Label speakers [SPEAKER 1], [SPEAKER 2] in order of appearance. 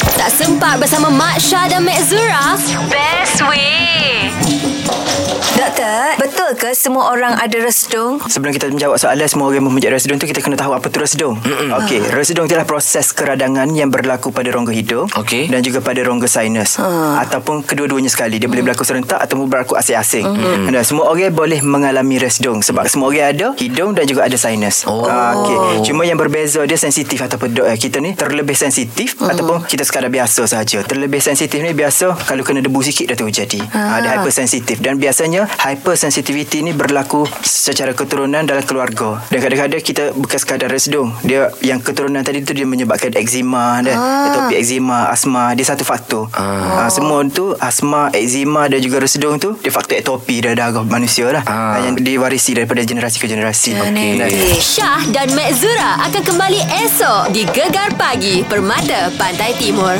[SPEAKER 1] Tak sempat bersama Mak Syah dan Mek Zura?
[SPEAKER 2] Best way.
[SPEAKER 3] Doktor, betul ke semua orang ada resdung?
[SPEAKER 4] Sebelum kita menjawab soalan semua orang yang memijak residung tu kita kena tahu apa tu residung. Okey,
[SPEAKER 5] Ah.
[SPEAKER 4] residung adalah proses keradangan yang berlaku pada rongga hidung
[SPEAKER 5] Okey. Ah.
[SPEAKER 4] dan juga pada rongga sinus ataupun kedua-duanya sekali. Dia
[SPEAKER 5] Mm.
[SPEAKER 4] boleh berlaku serentak ataupun berlaku asing-asing. Dan semua orang boleh mengalami residung sebab semua orang ada hidung dan juga ada sinus. Ah,
[SPEAKER 5] Oh.
[SPEAKER 4] Okey, cuma yang berbeza dia sensitif ataupun do- eh, kita ni terlebih sensitif ataupun kita sekadar biasa saja. Terlebih sensitif ni biasa kalau kena debu sikit dah tu jadi. Ah. Ada hypersensitif dan biasanya hypersensitivity ni berlaku secara keturunan dalam keluarga. Dan kadang-kadang kita bukan sekadar residung. Dia yang keturunan tadi tu dia menyebabkan eczema dan atopik eczema, asma, dia satu faktor. Ah. semua tu asma, eczema dan juga residung tu dia faktor etopi dari darah manusia lah
[SPEAKER 5] Ah.
[SPEAKER 4] yang diwarisi daripada generasi ke generasi.
[SPEAKER 5] Okey.
[SPEAKER 4] Dan-
[SPEAKER 1] Syah dan Mek Zura akan kembali esok di Gegar Pagi Permata Pantai Timur.